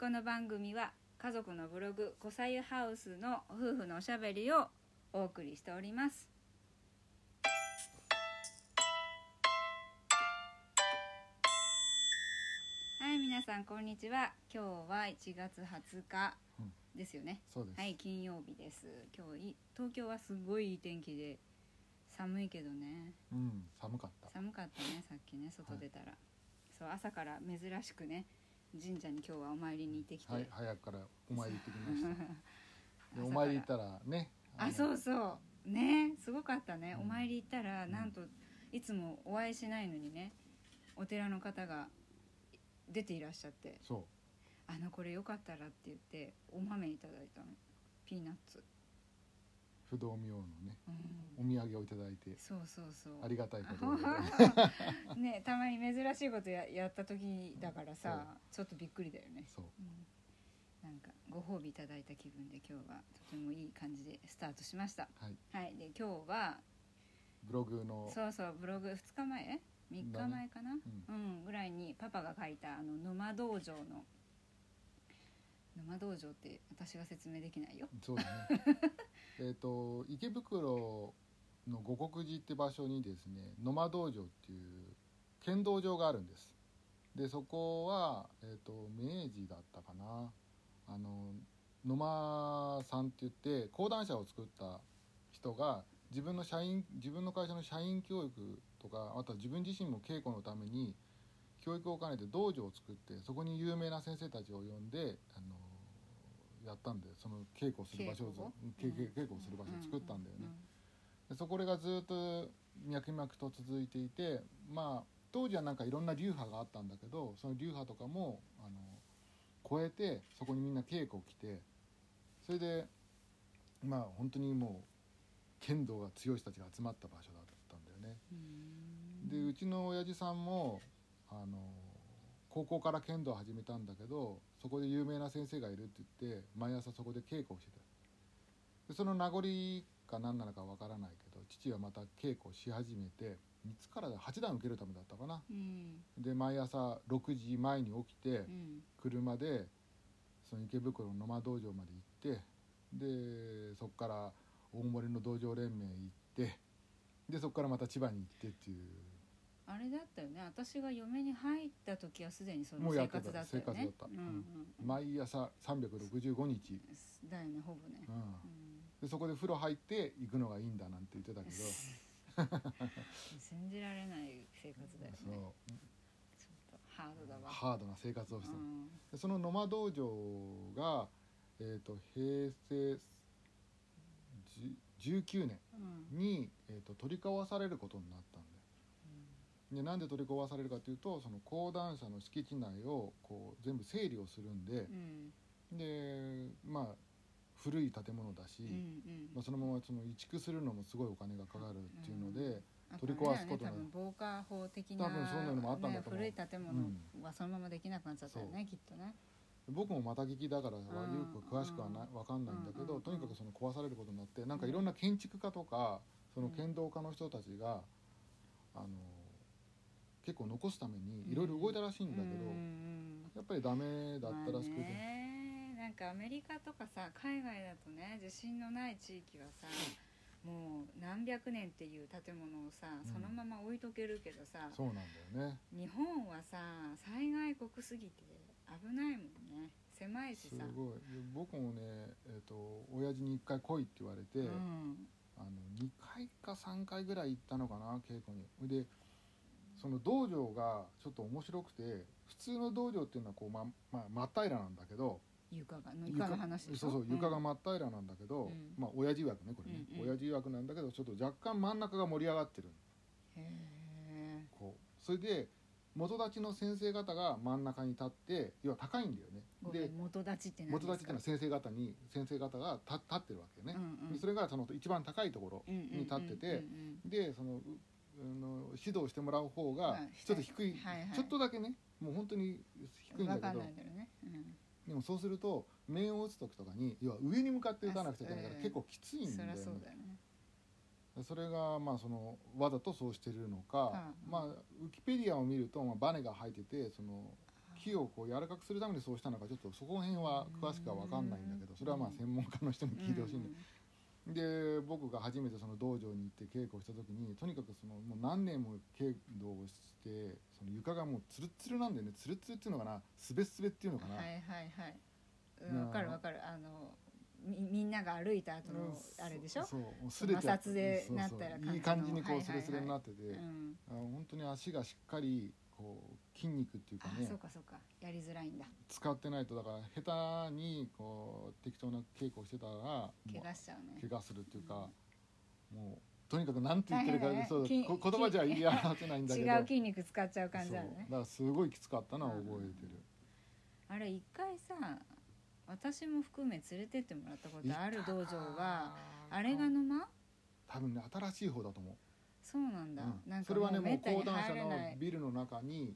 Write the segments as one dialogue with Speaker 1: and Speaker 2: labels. Speaker 1: この番組は家族のブログ「こさゆハウス」の夫婦のおしゃべりをお送りしておりますはい皆さんこんにちは今日は1月20日
Speaker 2: うん
Speaker 1: ですよね、
Speaker 2: そうです。
Speaker 1: はい金曜日です今日い東京はすごいいい天気で寒いけどね
Speaker 2: うん、寒かった。
Speaker 1: 寒かったねさっきね外出たら、そう朝から珍しくね神社に今日はお参りに行ってきて、
Speaker 2: はい、早くからお参り行ってきました。
Speaker 1: 朝
Speaker 2: で
Speaker 1: から
Speaker 2: お参り行ったらね。。
Speaker 1: あそううそうねすごかったね、
Speaker 2: うん
Speaker 1: お参り行ったら
Speaker 2: うん
Speaker 1: なんといつもお会いしないのにねお寺の方が出ていらっしゃって
Speaker 2: そ
Speaker 1: 「あのこれよかったら」って言ってお豆いただいたのピーナッツ、
Speaker 2: う、不動明王のね、
Speaker 1: うん、
Speaker 2: お土産をいただいて、
Speaker 1: そうそうそう
Speaker 2: ありがたいことで。
Speaker 1: ねたまに珍しいことややった時だからさ、ちょっとびっくりだよね
Speaker 2: そう、
Speaker 1: うんなんかご褒美いただいた気分で今日はとてもいい感じでスタートしました
Speaker 2: はい、
Speaker 1: はいで今日は
Speaker 2: ブログの。
Speaker 1: そうそうブログ2日前3日前かな、
Speaker 2: うん
Speaker 1: うん、ぐらいにパパが書いたあの沼道場の沼道場って私が説明できないよ
Speaker 2: そうだね。えっと、池袋の五穀寺って場所にですね、野間道場っていう剣道場があるんです。で、そこは、えっと、明治だったかな。あの、野間さんって言って、講談社を作った人が。自分の社員自分の会社の社員教育とかあとは自分自身も稽古のために教育を兼ねて道場を作ってそこに有名な先生たちを呼んであのやったんでその稽古をする場所をず
Speaker 1: 稽
Speaker 2: 稽
Speaker 1: 古を
Speaker 2: 稽稽古をする場所を作ったんだよね。でそこがずっと脈々と続いていてまあ当時はなんかいろんな流派があったんだけどその流派とかもあの超えてそこにみんな稽古を来てそれでまあ本当にもう剣道が強い人たちが集まった場所だったんだよね。
Speaker 1: うん
Speaker 2: でうちの親父さんもあの高校から剣道を始めたんだけどそこで有名な先生がいるって言って毎朝そこで稽古をしてたでその名残か何なのかわからないけど父はまた稽古をし始めていつからだ8段受けるためだったかな
Speaker 1: うん
Speaker 2: で毎朝6時前に起きて
Speaker 1: うん
Speaker 2: 車でその池袋の野間道場まで行ってでそこから大森の道場連盟行ってでそこからまた千葉に行ってっていう
Speaker 1: あれだったよね私が嫁に入った時はすでにその
Speaker 2: もうや
Speaker 1: 生
Speaker 2: ってた
Speaker 1: 活だったよね
Speaker 2: 生活だった
Speaker 1: うんうん
Speaker 2: 毎朝365日、
Speaker 1: だよねほぼね
Speaker 2: う、ん、
Speaker 1: うん
Speaker 2: でそこで風呂入って行くのがいいんだなんて言ってたけど
Speaker 1: 信じられない生活だよねちょっ
Speaker 2: そ
Speaker 1: とハードだ
Speaker 2: う
Speaker 1: わ
Speaker 2: ハードな生活をして
Speaker 1: う
Speaker 2: た、
Speaker 1: ん
Speaker 2: でその野間道場が、えー、と平成じゅ19年
Speaker 1: うん
Speaker 2: に、えー、と取り交わされることになったんだよでなんで取り壊されるかというとその講談社の敷地内をこう全部整理をするんで
Speaker 1: う、ん
Speaker 2: でまあ古い建物だし、
Speaker 1: うんうん
Speaker 2: まあ、そのままその移築するのもすごいお金がかかるっていうので、
Speaker 1: 取
Speaker 2: 取
Speaker 1: り
Speaker 2: り
Speaker 1: 壊
Speaker 2: 壊
Speaker 1: す
Speaker 2: す
Speaker 1: こ
Speaker 2: こ
Speaker 1: ね
Speaker 2: ととね
Speaker 1: 多分防火法的な
Speaker 2: 多分そういうのもあったんだと思う
Speaker 1: ね、古い建物はそのままできなくなっちゃったよね、きっとね
Speaker 2: 僕もまた聞きだからはよ
Speaker 1: うん
Speaker 2: く詳しくはな分かんないんだけ
Speaker 1: うんう
Speaker 2: ど
Speaker 1: ん
Speaker 2: とにかくその壊されることになってなんかいろんな建築家とかその剣道家の人たちがあの結構残すためにいろいろ動いたらしいんだけど、
Speaker 1: うん
Speaker 2: やっぱりダメだったらしくて、
Speaker 1: まあねなんかアメリカとかさ海外だとね地震のない地域はさもう何百年っていう建物をさ
Speaker 2: ん
Speaker 1: そのまま置いとけるけどさ、
Speaker 2: そうなんだよね
Speaker 1: 日本はさ災害国すぎて危ないもんね狭いし
Speaker 2: す
Speaker 1: さ
Speaker 2: ごい僕もねえっ、と親父に1回来いって言われて、
Speaker 1: うん
Speaker 2: あの2回か3回ぐらい行ったのかな稽古にほいでその道場がちょっと面白くて普通の道場っていうのはこう、ままあ、真っ平らなんだけど
Speaker 1: 床が床の話でしょ
Speaker 2: そうそう床が
Speaker 1: うん
Speaker 2: 真っ平らなんだけど、
Speaker 1: うん
Speaker 2: まあ親父枠ねこれね、
Speaker 1: うんうん
Speaker 2: 親父枠なんだけどちょっと若干真ん中が盛り上がってる
Speaker 1: へ
Speaker 2: こうそれで元立ちの先生方が真ん中に立って要は高いんだよね
Speaker 1: ーごめ
Speaker 2: で
Speaker 1: ん元立ちって何です
Speaker 2: 元
Speaker 1: か
Speaker 2: 立ちっていうのは先生方に先生方が立立ってるわけね、
Speaker 1: うんうん
Speaker 2: でそれがその一番高いところに立ってて、
Speaker 1: うんうんうん
Speaker 2: でそのうあの指導してもらう方が
Speaker 1: うん
Speaker 2: ちょっと低い、
Speaker 1: はいはい
Speaker 2: ちょっとだけねもう本当に低いんだ
Speaker 1: わかん
Speaker 2: けど
Speaker 1: ないんだろうね、うん
Speaker 2: でもそうすると面を打つ時とかに要は上に向かって打たなくちゃいけないから
Speaker 1: あ
Speaker 2: 結構きついん
Speaker 1: そ
Speaker 2: だよ
Speaker 1: り
Speaker 2: ね
Speaker 1: ゃそう
Speaker 2: そ
Speaker 1: だよね
Speaker 2: れがまあそのわざとそうしてるのか、
Speaker 1: はい
Speaker 2: まあウィキペディアを見ると、まあ、バネが入っててその火をこう柔らかくするためにそうしたのかちょっとそこら辺は詳しくは分かんないんだけどそれはまあ専門家の人に聞いてほしいんだけどで僕が初めてその道場に行って稽古をした時にとにかくそのもう何年も稽古をしてその床がもうツルッツルなんだよねツルッツルっていうのかなすべすべっていうのかな、
Speaker 1: はいはいはいうん
Speaker 2: なあ
Speaker 1: わかるわかるあのみみんなが歩いた後のあれでしょ
Speaker 2: そうもうすれてやっ
Speaker 1: 摩擦でなったら
Speaker 2: そうそういい感
Speaker 1: 感じ
Speaker 2: じ
Speaker 1: の
Speaker 2: にこ
Speaker 1: は
Speaker 2: う
Speaker 1: い
Speaker 2: ス
Speaker 1: はいは
Speaker 2: レ
Speaker 1: い
Speaker 2: スレになってて、
Speaker 1: うん
Speaker 2: あの本当に足がしっかりこう筋肉っていうか
Speaker 1: あ
Speaker 2: ね
Speaker 1: そうかそうかやりづらいんだ
Speaker 2: 使ってないとだから下手にこう適当な稽古をしてたらもう
Speaker 1: 怪我しちゃうね
Speaker 2: 怪我するっていうか、もうとにかくなんて言ってるか、
Speaker 1: 大変だね
Speaker 2: そう
Speaker 1: 筋
Speaker 2: こ 言葉じゃ言い表せないんだけど
Speaker 1: 違う筋肉使っちゃう感じだ
Speaker 2: そう
Speaker 1: ね
Speaker 2: だからすごいきつかったのは覚えてる、
Speaker 1: あれ一回さ私も含め連れてってもらったことある道場はあれがの間
Speaker 2: 多分ね新しい方だと思う、
Speaker 1: そうなんだ、
Speaker 2: うん
Speaker 1: なんか
Speaker 2: それはね
Speaker 1: もう
Speaker 2: も
Speaker 1: め
Speaker 2: う
Speaker 1: ったに
Speaker 2: 講談
Speaker 1: 入
Speaker 2: 社
Speaker 1: れ
Speaker 2: の
Speaker 1: ない
Speaker 2: ビルの中に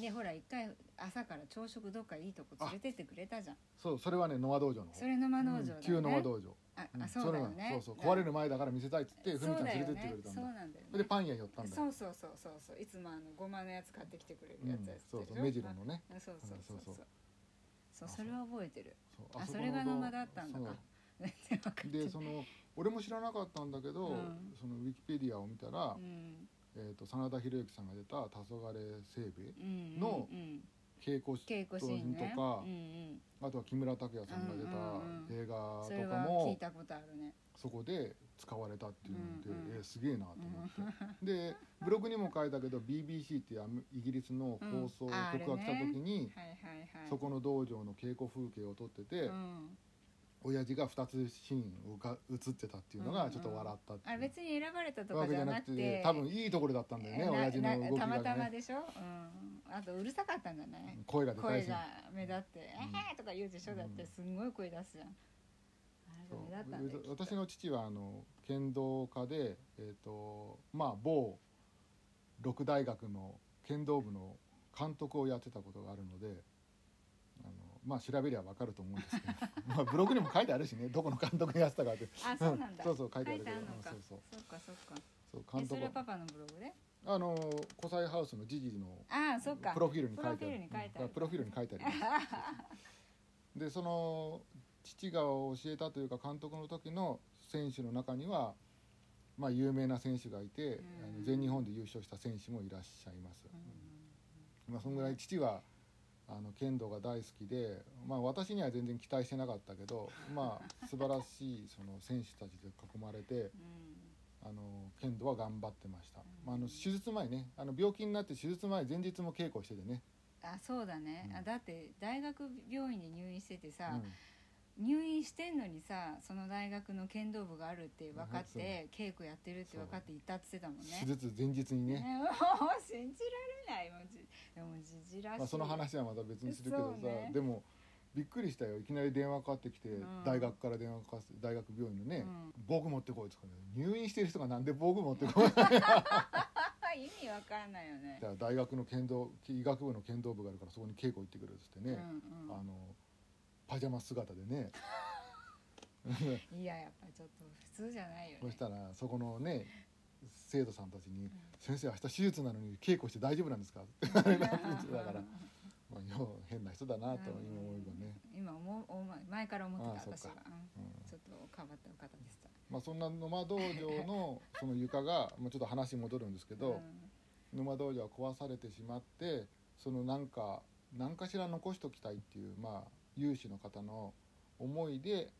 Speaker 1: でほら一回朝から朝食どっかいいとこ連れてってくれたじゃん
Speaker 2: そうそれはねノマ道場の方
Speaker 1: それの間道場だよね、
Speaker 2: 旧ノマ道場、
Speaker 1: あ
Speaker 2: うん
Speaker 1: あそうだよね
Speaker 2: れはそうそう壊れる前だから見せたいっつってふみちゃん連れてってくれたん
Speaker 1: そ
Speaker 2: だ
Speaker 1: うなんだよね
Speaker 2: それでパン屋寄ったんだよ
Speaker 1: そうそうそうそうそういつもあのごまのやつ買ってきてくれるやつやつ
Speaker 2: うん、そうそう目白のね
Speaker 1: そうそうそうそうそううそれは覚えてる
Speaker 2: そう
Speaker 1: あ
Speaker 2: こ
Speaker 1: それが
Speaker 2: の
Speaker 1: 生間だったんだか全然分か
Speaker 2: そ
Speaker 1: っ
Speaker 2: う
Speaker 1: て
Speaker 2: でその俺も知らなかったんだけど、
Speaker 1: うん
Speaker 2: そのウィキペディアを見たら、
Speaker 1: うん
Speaker 2: えー、と真田広之さんが出た「黄昏清兵衛
Speaker 1: うん
Speaker 2: の
Speaker 1: うんうん
Speaker 2: 稽古
Speaker 1: 稽古シーンね
Speaker 2: とか
Speaker 1: うんうん
Speaker 2: あとは木村拓哉さんが出
Speaker 1: うんうん
Speaker 2: た映画
Speaker 1: それ
Speaker 2: とか
Speaker 1: は聞い
Speaker 2: も
Speaker 1: たことあるね
Speaker 2: そこで使われたっていうので、
Speaker 1: うんうん
Speaker 2: えーすげえなと思って、でブログにも書いたけど BBC っていうアメイギリスの放送
Speaker 1: う
Speaker 2: 局
Speaker 1: んああれね
Speaker 2: が来た時に、
Speaker 1: はいはいはい
Speaker 2: そこの道場の稽古風景を撮ってて、
Speaker 1: うん
Speaker 2: 親父が2つシーンをが映ってたっていうのがちょっと笑ったってい
Speaker 1: あ
Speaker 2: う、
Speaker 1: れ別に選ばれたと
Speaker 2: わ
Speaker 1: か
Speaker 2: け
Speaker 1: じ
Speaker 2: じゃ
Speaker 1: ゃ
Speaker 2: な
Speaker 1: な
Speaker 2: く
Speaker 1: く
Speaker 2: て
Speaker 1: て
Speaker 2: 多分いいところだったんだよね
Speaker 1: な
Speaker 2: 親父の動き
Speaker 1: なたまた
Speaker 2: が
Speaker 1: ま
Speaker 2: ね
Speaker 1: でしょうんあとうるさかったんじゃない
Speaker 2: 声がでかい
Speaker 1: 声
Speaker 2: し
Speaker 1: が目立って「え
Speaker 2: うん
Speaker 1: ー!」とか言うでしょだってすんごい声出すじゃんあれ
Speaker 2: そ
Speaker 1: が
Speaker 2: う
Speaker 1: 目立ったんだよきっと
Speaker 2: 私の父はあの剣道家で、えーとまあ、某六大学の剣道部の監督をやってたことがあるのであの、まあ、調べりゃ分かると思うんです けどまあブログにも書いてあるしねどこの監督がやってたかって
Speaker 1: あそうなんだ
Speaker 2: そうそう書いてあるけど
Speaker 1: のか
Speaker 2: う
Speaker 1: そ
Speaker 2: んそう
Speaker 1: っかそっか
Speaker 2: そうそう
Speaker 1: え
Speaker 2: 監
Speaker 1: そ
Speaker 2: 督
Speaker 1: れはパパのブログで
Speaker 2: あの湖西ハウスのジジの
Speaker 1: ああそっか
Speaker 2: プロフィールに書いてあるうんプ
Speaker 1: プ
Speaker 2: ロ
Speaker 1: ロ
Speaker 2: フ
Speaker 1: フィー
Speaker 2: ィール
Speaker 1: ル
Speaker 2: に
Speaker 1: に
Speaker 2: 書
Speaker 1: 書
Speaker 2: い
Speaker 1: い
Speaker 2: て
Speaker 1: て
Speaker 2: あ
Speaker 1: あ
Speaker 2: る
Speaker 1: る
Speaker 2: でその父が教えたというか監督の時の選手の中には、まあ、有名な選手がいて、
Speaker 1: ん
Speaker 2: あの全日本で優勝した選手もいらっしゃいます、まあ、そのぐらい父はあの剣道が大好きで、まあ、私には全然期待してなかったけ ど、まあ、素晴らしいその選手たちで囲まれてあの剣道は頑張ってました、まあ、あの手術前ねあの病気になって手術前前日も稽古しててね、
Speaker 1: あそうだね、
Speaker 2: うん
Speaker 1: あだって大学病院に入院してて
Speaker 2: う
Speaker 1: さ、
Speaker 2: ん
Speaker 1: 入院してんのにさその大学の剣道部があるって分かって、稽古やってるって分かって行ったって言ってたもんね
Speaker 2: 手術前日にね
Speaker 1: ねもう信じられないもうじでもじじらしい、
Speaker 2: まあ、その話はまた別にするけどさ、
Speaker 1: そうね
Speaker 2: でもびっくりしたよいきなり電話かかってきて、
Speaker 1: うん
Speaker 2: 大学から電話かかって大学病院のね、
Speaker 1: うん
Speaker 2: 防具持ってこい」とかね入院してる人がなんで防具持ってこい」って
Speaker 1: あ意味わかんないよね
Speaker 2: 大学の剣道医学部の剣道部があるからそこに稽古行ってくるっつって
Speaker 1: うん
Speaker 2: ね、あのパジャマ姿でね
Speaker 1: うんいややっぱちょっと普通じゃないよ
Speaker 2: そ
Speaker 1: ね
Speaker 2: したらそこのね生徒さんたちに「先生明日手術なのに稽古して大丈夫なんですか?」 って言われたんですよだから、まあ、よう変な人だなと今思えばね、
Speaker 1: うん今思うお前前から思ってた
Speaker 2: ああ
Speaker 1: 私
Speaker 2: そ
Speaker 1: は
Speaker 2: っか
Speaker 1: うん
Speaker 2: うん
Speaker 1: ちょっと変わった方でした
Speaker 2: まあ、そんな野間道 場のその床が、まあ、ちょっと話戻るんですけど、
Speaker 1: ん
Speaker 2: 野間道場は壊されてしまってそのなんか何かしら残しときたいっていう、まあ、有志の方の思いで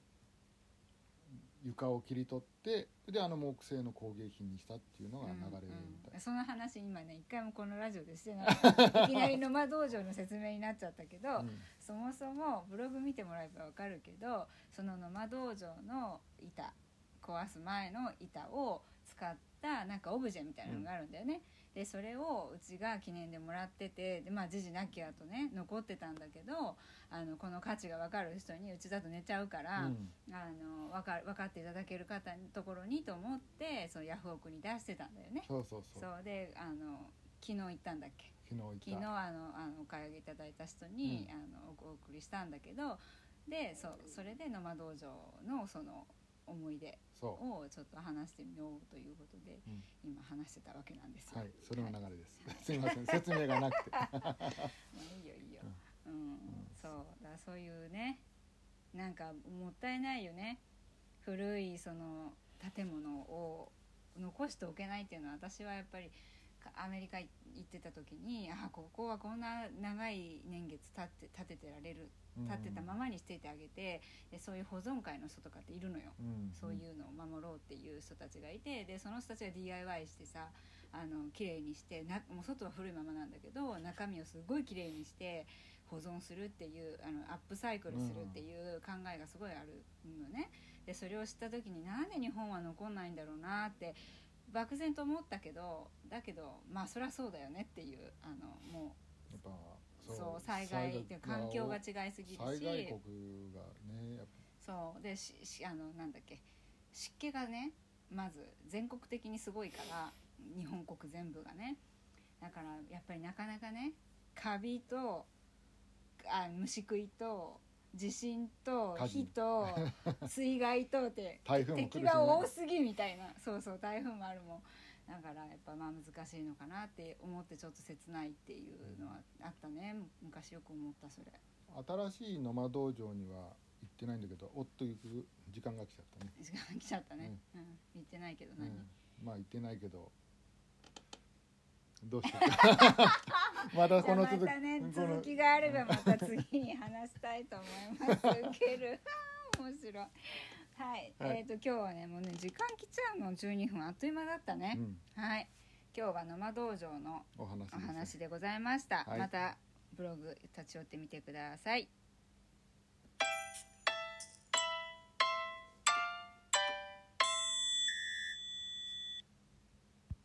Speaker 2: 床を切り取ってであの木製の工芸品にしたっていうのが流れみたい、
Speaker 1: うんその話今ね一回もこのラジオでしてない いきなり野間道場の説明になっちゃったけど、
Speaker 2: うん
Speaker 1: そもそもブログ見てもらえばわかるけどその野間道場の板壊す前の板を使ったなんかオブジェみたいなのがあるんだよね、でそれをうちが記念でもらっててでまあ時事なきゃとね残ってたんだけどあのこの価値がわかる人にうちだと寝ちゃうから、
Speaker 2: うん
Speaker 1: あの分か分かっていただける方のところにと思ってそのヤフオクに出してたんだよね。
Speaker 2: そうそうそう
Speaker 1: そうであの昨日行ったんだっけ
Speaker 2: 昨日
Speaker 1: 昨日
Speaker 2: 行
Speaker 1: あ
Speaker 2: っ
Speaker 1: の
Speaker 2: た
Speaker 1: あのお買い上げいただいた人に、あのおお送りしたんだけどでそそれで野間道場のその思い出
Speaker 2: そ
Speaker 1: をちょっと話してみようということで、
Speaker 2: うん
Speaker 1: 今話してたわけなんですよ。
Speaker 2: うはいそれの流
Speaker 1: はい
Speaker 2: れです、 すいません説明が なくて
Speaker 1: まあいいよいいよ。うん、そうだからそういうねなんかもったいないよね古いその建物を残しておけないっていうのは私はやっぱりかアメリカ行ってた時にあここはこんな長い年月建って建ててられる建てたままにしていてあげて、でそういう保存会の人とかっているのよ。
Speaker 2: うん
Speaker 1: そういうのを守ろうっていう人たちがいてでその人たちが DIY してさあの綺麗にしてなもう外は古いままなんだけど中身をすごい綺麗にして保存するっていうあのアップサイクルするっていう考えがすごいあるのね。でそれを知った時になんで日本は残んないんだろうなって漠然と思ったけどだけどまあそりゃそうだよねっていうあのも
Speaker 2: やっぱ
Speaker 1: うそう災害っていう環境が違いすぎるし
Speaker 2: 災害国がねやっ
Speaker 1: そうでししあのなんだっけ湿気がねまず全国的にすごいから日本国全部がねだからやっぱりなかなかねカビとあ虫食いと地震と
Speaker 2: 火事
Speaker 1: 火と 水害とって
Speaker 2: ぱ台風も来
Speaker 1: 敵
Speaker 2: るしね
Speaker 1: が多すぎみたいなそうそう台風もあるもんだからやっぱまあ難しいのかなって思ってちょっと切ないっていうのはあったね昔よく思ったそれ
Speaker 2: 新しい野間道場には行ってないんだけどおっと行く時間が来ちゃったね、
Speaker 1: 時間来ちゃったね、うん言ってないけど
Speaker 2: う
Speaker 1: 何、
Speaker 2: ん、まあ行ってないけどどうして またこの
Speaker 1: じゃあ
Speaker 2: 続き
Speaker 1: またね
Speaker 2: この
Speaker 1: 続きがあればまた次に話したいと思いますウケる面白いはい、
Speaker 2: はい
Speaker 1: えっ、と今日はねもうね時間来ちゃうの12分あっという間だったね
Speaker 2: う、ん、
Speaker 1: はい今日は野間道場の
Speaker 2: お話で
Speaker 1: お
Speaker 2: す
Speaker 1: 話でございました、
Speaker 2: はい
Speaker 1: またブログ立ち寄ってみてください